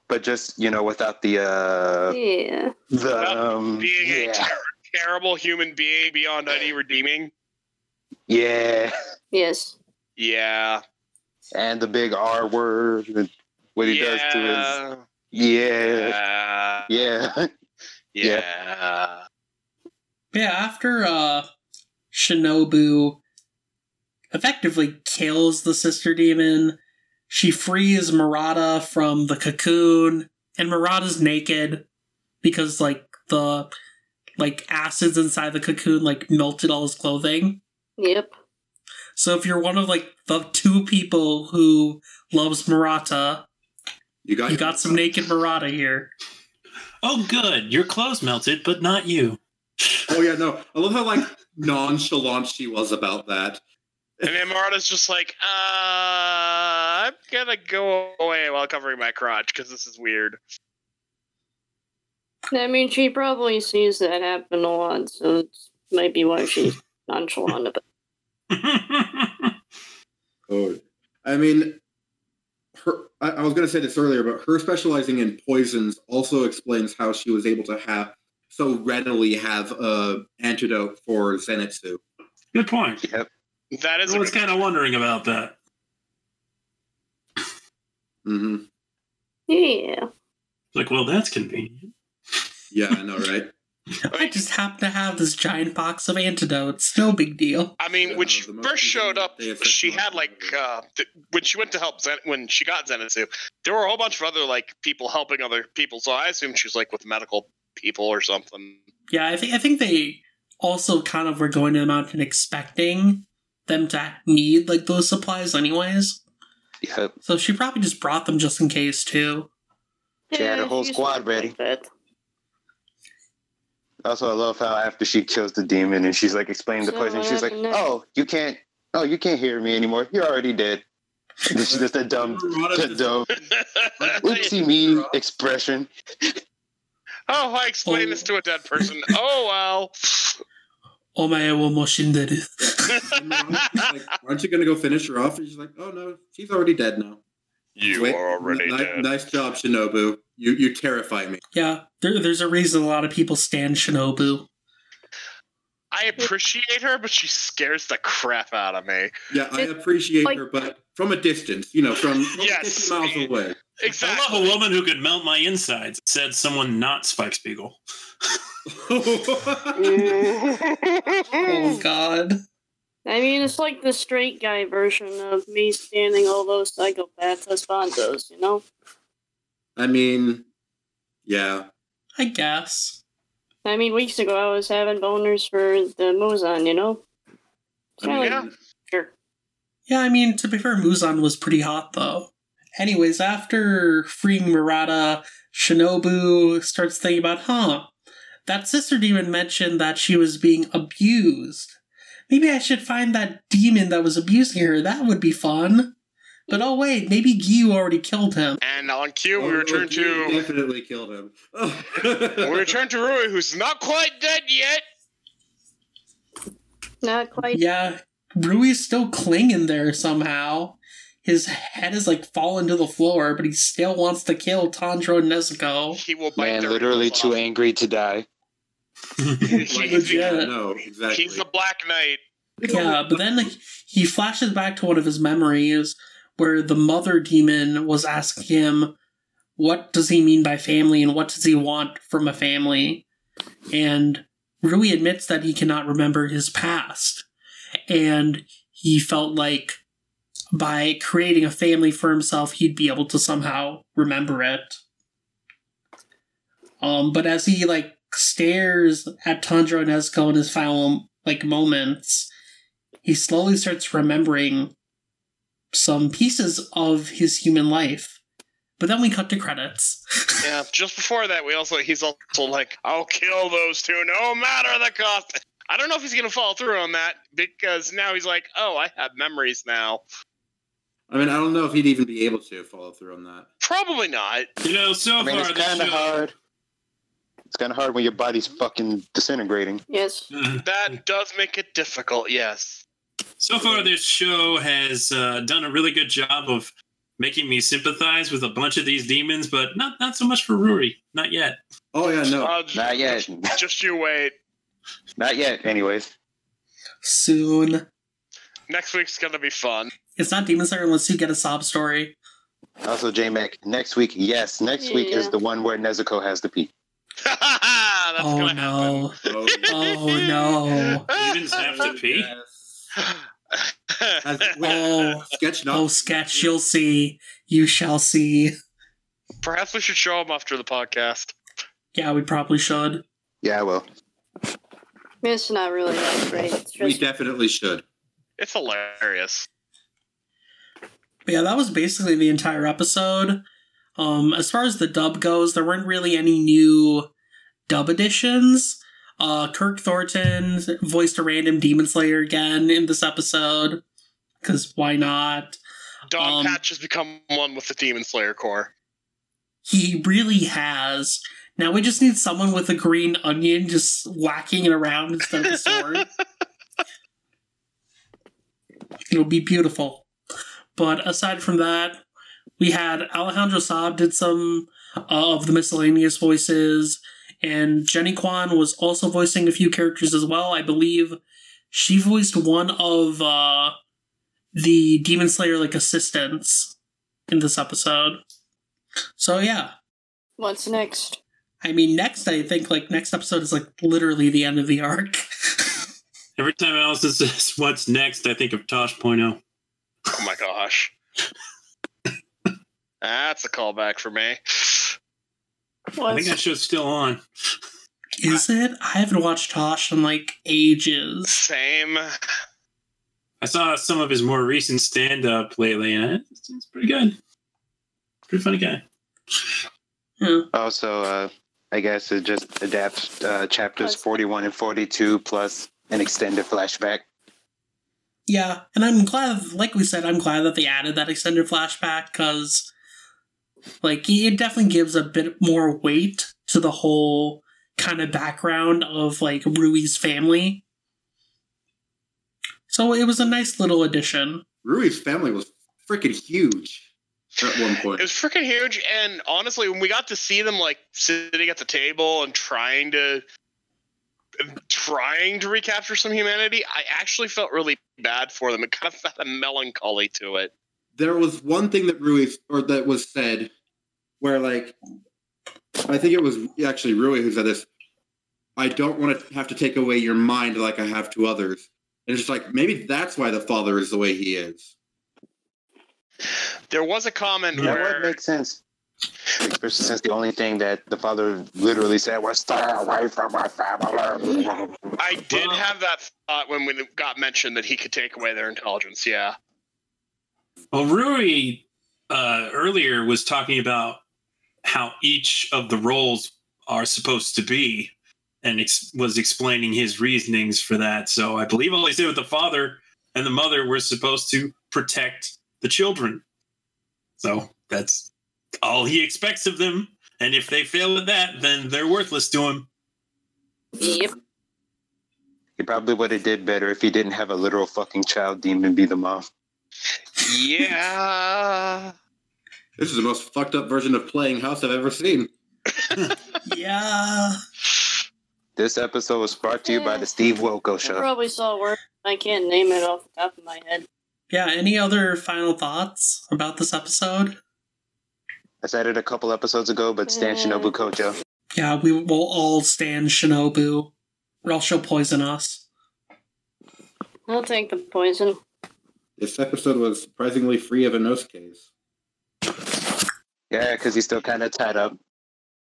[SPEAKER 3] but just you know without the uh
[SPEAKER 6] Yeah.
[SPEAKER 3] the
[SPEAKER 5] Without
[SPEAKER 3] um
[SPEAKER 5] Being a
[SPEAKER 3] yeah
[SPEAKER 5] ter- terrible human being beyond any redeeming.
[SPEAKER 3] yeah
[SPEAKER 6] Yes.
[SPEAKER 5] Yeah.
[SPEAKER 3] and the big R word and what he does to his
[SPEAKER 5] yeah.
[SPEAKER 3] yeah
[SPEAKER 5] Yeah.
[SPEAKER 3] yeah
[SPEAKER 5] Yeah.
[SPEAKER 2] Yeah, after uh Shinobu effectively kills the sister demon, she frees Murata from the cocoon, and Murata's naked because like the like acids inside the cocoon like melted all his clothing.
[SPEAKER 6] Yep.
[SPEAKER 2] So if you're one of like the two people who loves Murata,
[SPEAKER 4] You got,
[SPEAKER 2] you got some naked Murata here.
[SPEAKER 7] Oh, good. Your clothes melted, but not you.
[SPEAKER 4] Oh yeah, no. I love how like nonchalant she was about that.
[SPEAKER 5] And then Marta's just like, uh, I'm gonna go away while covering my crotch because this is weird.
[SPEAKER 6] I mean, she probably sees that happen a lot, so it might be why she's nonchalant about
[SPEAKER 4] Oh, I mean, her. I, I was gonna say this earlier, but her specializing in poisons also explains how she was able to have so readily have a antidote for Zenitsu.
[SPEAKER 7] good point.
[SPEAKER 3] yep
[SPEAKER 5] That is
[SPEAKER 7] I
[SPEAKER 5] a
[SPEAKER 7] was kind of wondering about that.
[SPEAKER 4] hmm
[SPEAKER 6] Yeah.
[SPEAKER 7] Like, well, that's convenient.
[SPEAKER 4] Yeah, I know, right?
[SPEAKER 2] I just happen to have this giant box of antidotes. No big deal.
[SPEAKER 5] I mean,
[SPEAKER 4] Yeah,
[SPEAKER 5] when she
[SPEAKER 4] the most
[SPEAKER 5] first showed
[SPEAKER 4] convenient
[SPEAKER 5] up,
[SPEAKER 4] day of
[SPEAKER 5] she
[SPEAKER 4] six
[SPEAKER 5] had like
[SPEAKER 4] months.
[SPEAKER 5] uh, th- when she went to help Zen- when she got Zenitsu, there were a whole bunch of other like people helping other people. So I assume she was like with medical people or something.
[SPEAKER 2] Yeah, I think I think they also kind of were going to the mountain expecting them to need like those supplies anyways.
[SPEAKER 3] yep
[SPEAKER 2] So she probably just brought them just in case too.
[SPEAKER 3] She had her
[SPEAKER 6] Yeah,
[SPEAKER 3] whole
[SPEAKER 6] she's
[SPEAKER 3] squad
[SPEAKER 6] something
[SPEAKER 3] ready.
[SPEAKER 6] like that.
[SPEAKER 3] Also, I love how after she kills the demon and she's like explaining the
[SPEAKER 6] So
[SPEAKER 3] poison,
[SPEAKER 6] what
[SPEAKER 3] she's like,
[SPEAKER 6] happened next?
[SPEAKER 3] "Oh, you can't. Oh, you can't hear me anymore. You're already dead." It's just a dumb,
[SPEAKER 4] Murata
[SPEAKER 3] that
[SPEAKER 4] just-
[SPEAKER 3] dumb
[SPEAKER 5] oh,
[SPEAKER 3] oopsie me expression.
[SPEAKER 5] I explained this to a dead person. Oh well.
[SPEAKER 2] Oh my shinderu.
[SPEAKER 4] and Murata's just like, aren't you gonna go finish her off? And she's like, oh no, she's already dead now. Wait, ni- Nice job, Shinobu. You you terrify me.
[SPEAKER 2] Yeah, there, there's a reason a lot of people stand Shinobu.
[SPEAKER 5] I appreciate her, but she scares the crap out of me.
[SPEAKER 4] Yeah, I
[SPEAKER 6] It-
[SPEAKER 4] appreciate
[SPEAKER 6] like-
[SPEAKER 4] her, but from a distance, you know, from, from
[SPEAKER 5] Yes.
[SPEAKER 4] 50 miles away.
[SPEAKER 5] Exactly.
[SPEAKER 7] I love a woman who could melt my insides. Said someone not Spike Spiegel.
[SPEAKER 2] Oh god.
[SPEAKER 6] I mean, it's like the straight guy version of me standing all those psychopaths as bondos, you know?
[SPEAKER 4] I mean, yeah.
[SPEAKER 2] I guess.
[SPEAKER 6] I mean, weeks ago I was having boners for the Mozon, you know?
[SPEAKER 4] I
[SPEAKER 6] It's
[SPEAKER 4] mean,
[SPEAKER 6] kinda
[SPEAKER 5] Yeah.
[SPEAKER 6] like, sure.
[SPEAKER 2] Yeah, I mean, to be fair, Muzan was pretty hot though. Anyways, after freeing Murata, Shinobu starts thinking about, huh, that sister demon mentioned that she was being abused. Maybe I should find that demon that was abusing her. That would be fun. But oh, wait, maybe Gyu already killed him.
[SPEAKER 5] and on cue, we
[SPEAKER 4] oh,
[SPEAKER 5] return
[SPEAKER 4] he
[SPEAKER 5] to
[SPEAKER 4] definitely killed him.
[SPEAKER 5] we return to Rui, who's not quite dead yet.
[SPEAKER 6] Not quite.
[SPEAKER 2] Yeah, Rui's still clinging there somehow. His head is like fallen to the floor, but he still wants to kill Tanjiro and Nezuko.
[SPEAKER 5] He will bite.
[SPEAKER 3] Man,
[SPEAKER 5] their
[SPEAKER 3] literally
[SPEAKER 5] ears
[SPEAKER 3] too
[SPEAKER 5] off.
[SPEAKER 3] angry to die.
[SPEAKER 5] He-
[SPEAKER 4] Like,
[SPEAKER 5] he's the-
[SPEAKER 4] yeah,
[SPEAKER 2] Legit.
[SPEAKER 4] no, exactly.
[SPEAKER 5] He's the Black Knight.
[SPEAKER 2] Yeah, but then he flashes back to one of his memories where the mother demon was asking him, What does he mean by family and what does he want from a family? And Rui admits that he cannot remember his past. And he felt like by creating a family for himself, he'd be able to somehow remember it. Um, but as he like stares at Tanjiro Nezuko in his final like moments, he slowly starts remembering some pieces of his human life. But then we cut to credits.
[SPEAKER 5] Yeah. Just before that, we also he's also like, "I'll kill those two, no matter the cost." I don't know if he's gonna follow through on that because now he's like, "Oh, I have memories now."
[SPEAKER 4] I mean, I don't know if he'd even be able to follow through on that.
[SPEAKER 5] Probably not.
[SPEAKER 7] You know, so
[SPEAKER 3] I mean,
[SPEAKER 7] far
[SPEAKER 3] it's
[SPEAKER 7] this
[SPEAKER 3] kind
[SPEAKER 7] show,
[SPEAKER 3] of hard. It's kind of hard when your body's fucking disintegrating.
[SPEAKER 6] Yes.
[SPEAKER 7] uh,
[SPEAKER 5] That does make it difficult, yes.
[SPEAKER 7] So far, this show has uh, done a really good job of making me sympathize with a bunch of these demons, but not not so much for Ruri. Not yet.
[SPEAKER 4] Oh yeah, no.
[SPEAKER 5] Uh, j-
[SPEAKER 3] Not yet.
[SPEAKER 5] Just you wait.
[SPEAKER 3] Not yet. Anyways,
[SPEAKER 2] Soon.
[SPEAKER 5] Next week's gonna be fun.
[SPEAKER 2] It's not Demon Slayer unless you get a sob story.
[SPEAKER 3] also J Mac next week. Yes, next week is
[SPEAKER 6] Yeah.
[SPEAKER 3] the one where Nezuko has the pee.
[SPEAKER 5] That's
[SPEAKER 2] oh
[SPEAKER 5] gonna happen.
[SPEAKER 2] no. Oh no.
[SPEAKER 7] Demons have to pee.
[SPEAKER 4] As,
[SPEAKER 2] Oh.
[SPEAKER 4] sketch
[SPEAKER 2] Oh,
[SPEAKER 4] novel.
[SPEAKER 2] sketch, you'll see. You shall see.
[SPEAKER 5] Perhaps we should show them after the podcast.
[SPEAKER 2] Yeah, we probably should.
[SPEAKER 3] Yeah, well,
[SPEAKER 6] It's not really that great. It's
[SPEAKER 4] We
[SPEAKER 6] just
[SPEAKER 4] definitely should.
[SPEAKER 5] It's hilarious.
[SPEAKER 2] But yeah, that was basically the entire episode. Um, as far as the dub goes, there weren't really any new dub additions. Uh, Kirk Thornton voiced a random Demon Slayer again in this episode. Because why not?
[SPEAKER 5] Don
[SPEAKER 2] Um,
[SPEAKER 5] Patch has become one with the Demon Slayer Corps.
[SPEAKER 2] He really has. Now we just need someone with a green onion just whacking it around instead of a sword. It'll be beautiful. But aside from that, we had Alejandro Saab did some uh, of the miscellaneous voices, and Jenny Kwan was also voicing a few characters as well. I believe she voiced one of uh, the Demon Slayer like assistants in this episode. So yeah,
[SPEAKER 6] what's next?
[SPEAKER 2] I mean, next I think like next episode is like literally the end of the arc.
[SPEAKER 7] Every time Allison says what's next, I think of Tosh.0.
[SPEAKER 5] Oh my gosh. That's a callback for me.
[SPEAKER 7] I think that
[SPEAKER 6] What's
[SPEAKER 7] show's still on.
[SPEAKER 2] is it? I haven't watched Tosh in like ages.
[SPEAKER 5] Same.
[SPEAKER 7] I saw some of his more recent stand up lately, and it's, it's pretty good. Pretty funny guy.
[SPEAKER 2] Yeah.
[SPEAKER 3] also uh, I guess it just adapts uh, chapters
[SPEAKER 6] Plus-
[SPEAKER 3] forty-one and forty-two plus an extended flashback.
[SPEAKER 2] Yeah, and I'm glad, like we said, I'm glad that they added that extended flashback because, like, it definitely gives a bit more weight to the whole kind of background of, like, Rui's family. So it was a nice little addition.
[SPEAKER 4] Rui's family was freaking huge at one
[SPEAKER 5] It
[SPEAKER 4] point.
[SPEAKER 5] was freaking huge, and honestly, when we got to see them like sitting at the table and trying to trying to recapture some humanity, I actually felt really bad for them. It kind of had a melancholy to it.
[SPEAKER 4] there was one thing that Rui or that was said where like I think it was actually Rui who said this. I don't want to have to take away your mind like I have to others. And it's like maybe that's why the father is the way he is.
[SPEAKER 5] There was a comment
[SPEAKER 3] That
[SPEAKER 5] where
[SPEAKER 3] would make sense. Especially since the only thing that the father literally said was "Stay away from my family."
[SPEAKER 5] I did
[SPEAKER 7] Well-
[SPEAKER 5] have that thought when we got mentioned that he could take away their intelligence. Yeah,
[SPEAKER 7] Well, Rui uh, earlier was talking about how each of the roles are supposed to be and ex- was explaining his reasonings for that. So I believe all he said with the father and the mother were supposed to protect the children. So that's all he expects of them. And if they fail at that, then they're worthless to him.
[SPEAKER 6] yep?
[SPEAKER 3] He probably would have did better if he didn't have a literal fucking child demon be the mom.
[SPEAKER 5] yeah.
[SPEAKER 4] This is the most fucked up version of playing house I've ever seen.
[SPEAKER 2] yeah.
[SPEAKER 3] This episode was brought to you by the Steve Wilco
[SPEAKER 6] I
[SPEAKER 3] Show.
[SPEAKER 6] probably saw a word. I can't name it off the top of my head.
[SPEAKER 2] Yeah, any other final thoughts about this episode?
[SPEAKER 3] I said it a couple episodes ago, but Stan Shinobu Kojo.
[SPEAKER 2] Yeah, we will all stand Shinobu, or else she'll poison us.
[SPEAKER 6] I'll take the poison.
[SPEAKER 4] This episode was surprisingly free of a nose case.
[SPEAKER 3] Yeah, because he's still kind of tied up.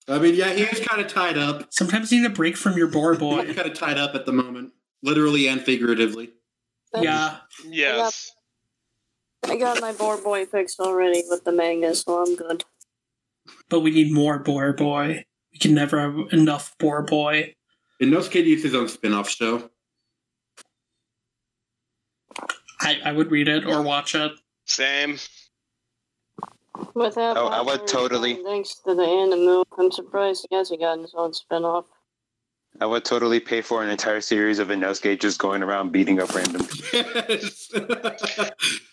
[SPEAKER 4] I mean, yeah, he was kind of tied up.
[SPEAKER 2] Sometimes you need a break from your boar
[SPEAKER 4] He
[SPEAKER 2] boy.
[SPEAKER 4] was kind of tied up at the moment, literally and figuratively.
[SPEAKER 2] yeah,
[SPEAKER 5] Yes.
[SPEAKER 6] I got my boar boy fixed already with the manga, so I'm good.
[SPEAKER 2] but we need more boar boy. We can never have enough boar boy.
[SPEAKER 4] And Nosuke used his own spin-off show.
[SPEAKER 2] I, I would read it or watch it.
[SPEAKER 5] Same.
[SPEAKER 6] Without
[SPEAKER 3] Oh, I would
[SPEAKER 6] Arthur,
[SPEAKER 3] totally-
[SPEAKER 6] Thanks to the anime, I'm surprised he hasn't gotten his own spin-off.
[SPEAKER 3] I would totally pay for an entire series of Inosuke just going around beating up random.
[SPEAKER 4] Yes.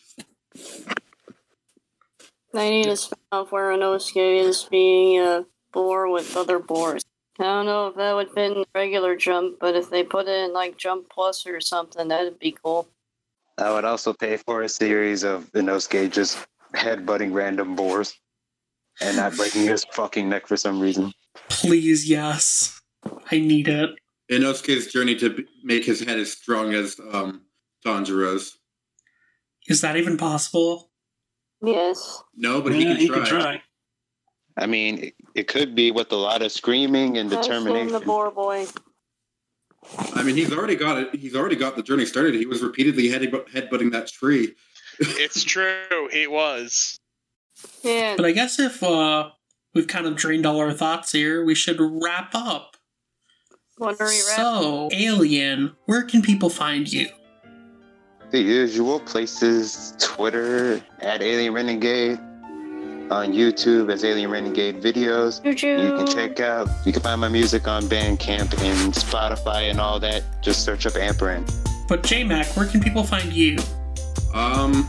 [SPEAKER 6] They need a spin-off where Inosuke is being a boar with other boars. I don't know if that would fit in regular Jump, but if they put it in like Jump Plus or something, that'd be cool.
[SPEAKER 3] I would also pay for a series of Inosuke just headbutting random boars and not breaking his fucking neck for some reason.
[SPEAKER 2] Please, yes. I need it.
[SPEAKER 4] Inosuke's journey to b- make his head as strong as um, Tanjiro's.
[SPEAKER 2] Is that even possible?
[SPEAKER 6] Yes.
[SPEAKER 4] No, but
[SPEAKER 7] Yeah,
[SPEAKER 4] he, can, try.
[SPEAKER 3] I mean, it, it could be with a lot of screaming and
[SPEAKER 6] I've seen
[SPEAKER 3] determination.
[SPEAKER 6] the boar boy.
[SPEAKER 4] I mean, he's already got it. He's already got the journey started. He was repeatedly head headbutting that tree.
[SPEAKER 5] It's true. He was.
[SPEAKER 6] Yeah.
[SPEAKER 2] But I guess if uh, we've kind of drained all our thoughts here, we should wrap up.
[SPEAKER 6] Wonder he rap-
[SPEAKER 2] So, Alien, where can people find you?
[SPEAKER 3] the usual places Twitter at Alien Renegade, on YouTube as Alien Renegade Videos. You can check out, you can find my music on Bandcamp and Spotify and all that. Just search up Amperin.
[SPEAKER 2] But JMac, where can people find you?
[SPEAKER 4] Um,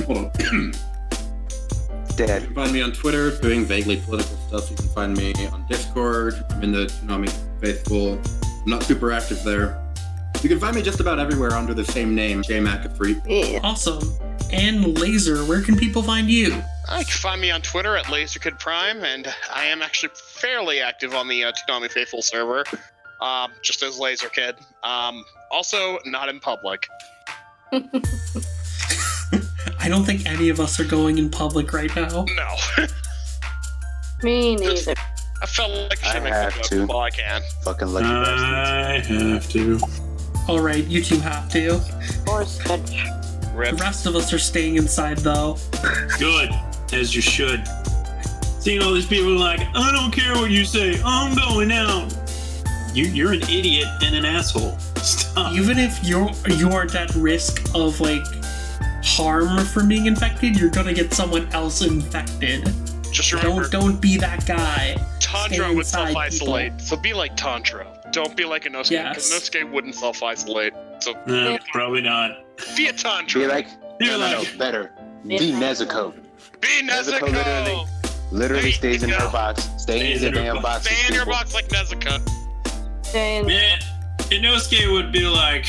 [SPEAKER 4] hold on. You
[SPEAKER 3] Dead.
[SPEAKER 4] can find me on Twitter doing vaguely political stuff. You can find me on Discord. I'm in the Tsunami Faithful. I'm not super active there. You can find me just about everywhere under the same name, J McAfee.
[SPEAKER 6] Yeah.
[SPEAKER 2] Awesome. And Laser, where can people find you?
[SPEAKER 5] Uh, You can find me on Twitter at LaserKidPrime, and I am actually fairly active on the uh, Toonami Faithful server, um, just as LaserKid. Um, also, not in public.
[SPEAKER 2] I don't think any of us are going in public right now.
[SPEAKER 5] No,
[SPEAKER 6] Me neither.
[SPEAKER 5] I felt like I
[SPEAKER 3] I
[SPEAKER 5] should make
[SPEAKER 3] have
[SPEAKER 5] that up
[SPEAKER 3] to.
[SPEAKER 5] while I can.
[SPEAKER 3] Fucking lucky
[SPEAKER 5] Uh,
[SPEAKER 3] bastards.
[SPEAKER 7] I have to.
[SPEAKER 2] All right, you two have to.
[SPEAKER 6] Or sketch.
[SPEAKER 2] The
[SPEAKER 5] Rip.
[SPEAKER 2] rest of us are staying inside, though.
[SPEAKER 7] Good, as you should. Seeing all these people like, I don't care what you say, I'm going out. You, you're an idiot and an asshole. Stop.
[SPEAKER 2] Even if you're you aren't at risk of like harm from being infected, you're gonna get someone else infected.
[SPEAKER 5] Just remember,
[SPEAKER 2] Don't don't be that guy.
[SPEAKER 5] Tantra
[SPEAKER 2] stay
[SPEAKER 5] would
[SPEAKER 2] inside,
[SPEAKER 5] self isolate, so be like Tantra. Don't be like Inosuke, because
[SPEAKER 2] Yes.
[SPEAKER 5] Inosuke wouldn't self isolate. So
[SPEAKER 7] no, probably not.
[SPEAKER 5] be a Tantra.
[SPEAKER 3] Be like,
[SPEAKER 7] You're
[SPEAKER 3] no, no,
[SPEAKER 7] like,
[SPEAKER 3] no, better. Be Nezuko.
[SPEAKER 5] be
[SPEAKER 3] Nezuko
[SPEAKER 5] Nezuko.
[SPEAKER 3] literally- Literally stays in her box. Stays in the damn box.
[SPEAKER 5] Stay in your box like Nezuko.
[SPEAKER 6] Saying,
[SPEAKER 7] man, Inosuke would be like,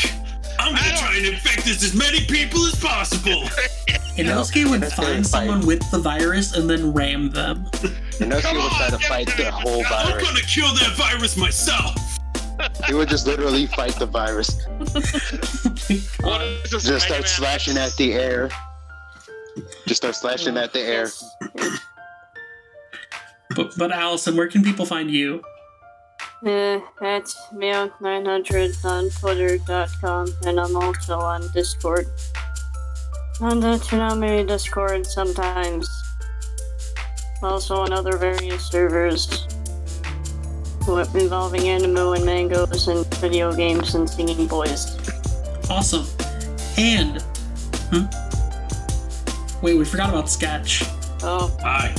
[SPEAKER 7] I'm
[SPEAKER 5] I
[SPEAKER 7] gonna
[SPEAKER 5] don't-
[SPEAKER 7] try and infect this as many people as possible.
[SPEAKER 2] Inosuke would
[SPEAKER 3] that's
[SPEAKER 2] find
[SPEAKER 3] gonna
[SPEAKER 2] someone
[SPEAKER 3] fight.
[SPEAKER 2] with the virus and then ram them.
[SPEAKER 3] Inosuke
[SPEAKER 5] Come
[SPEAKER 3] would try
[SPEAKER 5] on,
[SPEAKER 3] to fight the
[SPEAKER 5] everybody.
[SPEAKER 3] whole
[SPEAKER 7] I'm
[SPEAKER 3] virus.
[SPEAKER 7] gonna kill that virus myself.
[SPEAKER 3] He would just literally fight the virus.
[SPEAKER 5] What is this?
[SPEAKER 3] Uh, Just
[SPEAKER 5] Mega
[SPEAKER 3] start
[SPEAKER 5] Man?
[SPEAKER 3] slashing at the air. Just start slashing at the air.
[SPEAKER 6] yes.
[SPEAKER 2] But, but Allison, where can people find you?
[SPEAKER 6] Uh, at meow900 on twitter.com, and I'm also on Discord. uh, On the Tsunami Discord sometimes. Also on other various servers wi- involving anime and mangoes and video games and singing boys.
[SPEAKER 2] Awesome. And hmm? wait, we forgot about Sketch.
[SPEAKER 6] Oh,
[SPEAKER 7] Hi.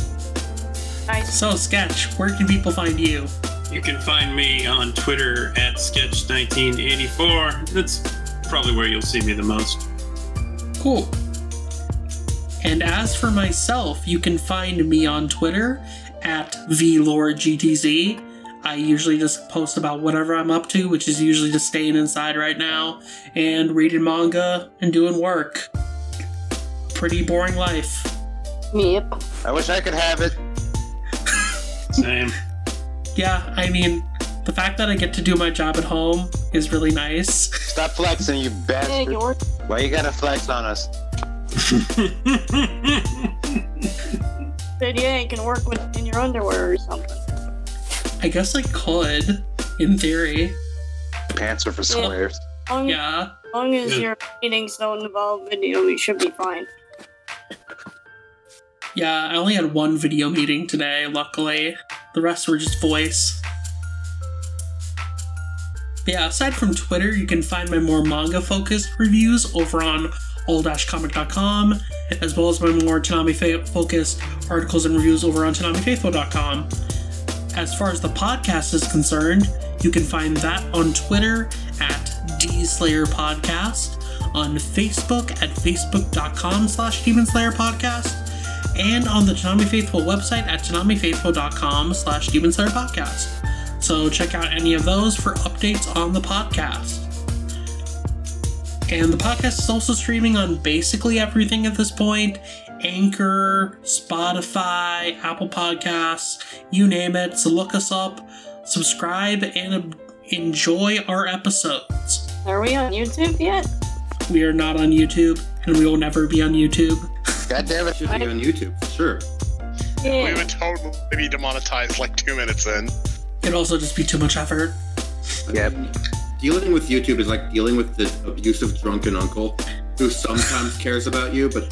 [SPEAKER 6] I
[SPEAKER 2] So Sketch, where can people find you?
[SPEAKER 7] You can find me on Twitter at Sketch1984. That's probably where you'll see me the most.
[SPEAKER 2] Cool. And as for myself, you can find me on Twitter at VLordGTZ. I usually just post about whatever I'm up to, which is usually just staying inside right now and reading manga and doing work. Pretty boring life.
[SPEAKER 6] yep.
[SPEAKER 3] I wish I could have it.
[SPEAKER 7] Same.
[SPEAKER 2] Yeah, I mean, the fact that I get to do my job at home is really nice.
[SPEAKER 3] Stop flexing, you
[SPEAKER 6] Hey,
[SPEAKER 3] bastard.
[SPEAKER 6] York.
[SPEAKER 3] Why you gotta flex on us?
[SPEAKER 6] Said, yeah, you can work with in your underwear or something.
[SPEAKER 2] I guess I could, in theory.
[SPEAKER 3] Pants are for squares.
[SPEAKER 6] As long,
[SPEAKER 2] Yeah.
[SPEAKER 6] as long as
[SPEAKER 7] Yeah.
[SPEAKER 6] your meetings don't involve video, you should be fine.
[SPEAKER 2] Yeah, I only had one video meeting today, luckily. The rest were just voice. But yeah, aside from Twitter, you can find my more manga focused reviews over on all-comic.com as well as my more Tanami fa- focused articles and reviews over on TanamiFaithful.com. As far as the podcast is concerned, you can find that on Twitter at DSlayer Podcast, on Facebook at facebook.com slash Demon Slayer Podcast, and on the Tanami Faithful website at TanamiFaithful.com slash Demon Slayer Podcast. So check out any of those for updates on the podcast. And the podcast is also streaming on basically everything at this point Anchor, Spotify, Apple Podcasts, you name it. So look us up, subscribe, and um, enjoy our episodes.
[SPEAKER 6] Are we on YouTube yet?
[SPEAKER 2] We are not on YouTube, and we will never be on YouTube.
[SPEAKER 3] God damn it.
[SPEAKER 4] Should be on YouTube, for sure.
[SPEAKER 5] We would totally be demonetized like two minutes in.
[SPEAKER 2] It'd also just be too much effort.
[SPEAKER 3] Yep.
[SPEAKER 4] Dealing with YouTube is like dealing with the abusive drunken uncle who sometimes cares about you, but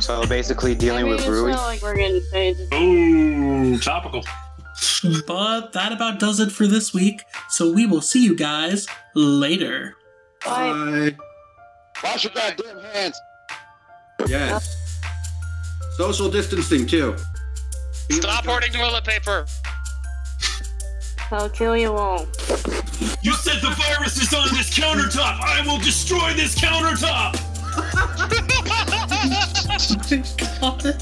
[SPEAKER 3] So basically dealing
[SPEAKER 6] I mean,
[SPEAKER 3] with
[SPEAKER 6] it's
[SPEAKER 3] Rui.
[SPEAKER 6] not like we're getting paid.
[SPEAKER 7] Ooh, topical.
[SPEAKER 2] But that about does it for this week, so we will see you guys later.
[SPEAKER 6] Why?
[SPEAKER 4] I,
[SPEAKER 3] Wash your goddamn hands.
[SPEAKER 4] yes. Social distancing, too. Be
[SPEAKER 5] Stop
[SPEAKER 4] like
[SPEAKER 5] hoarding toilet paper.
[SPEAKER 6] I'll kill you all.
[SPEAKER 7] You said the virus is on this countertop. I will destroy this countertop.
[SPEAKER 2] God.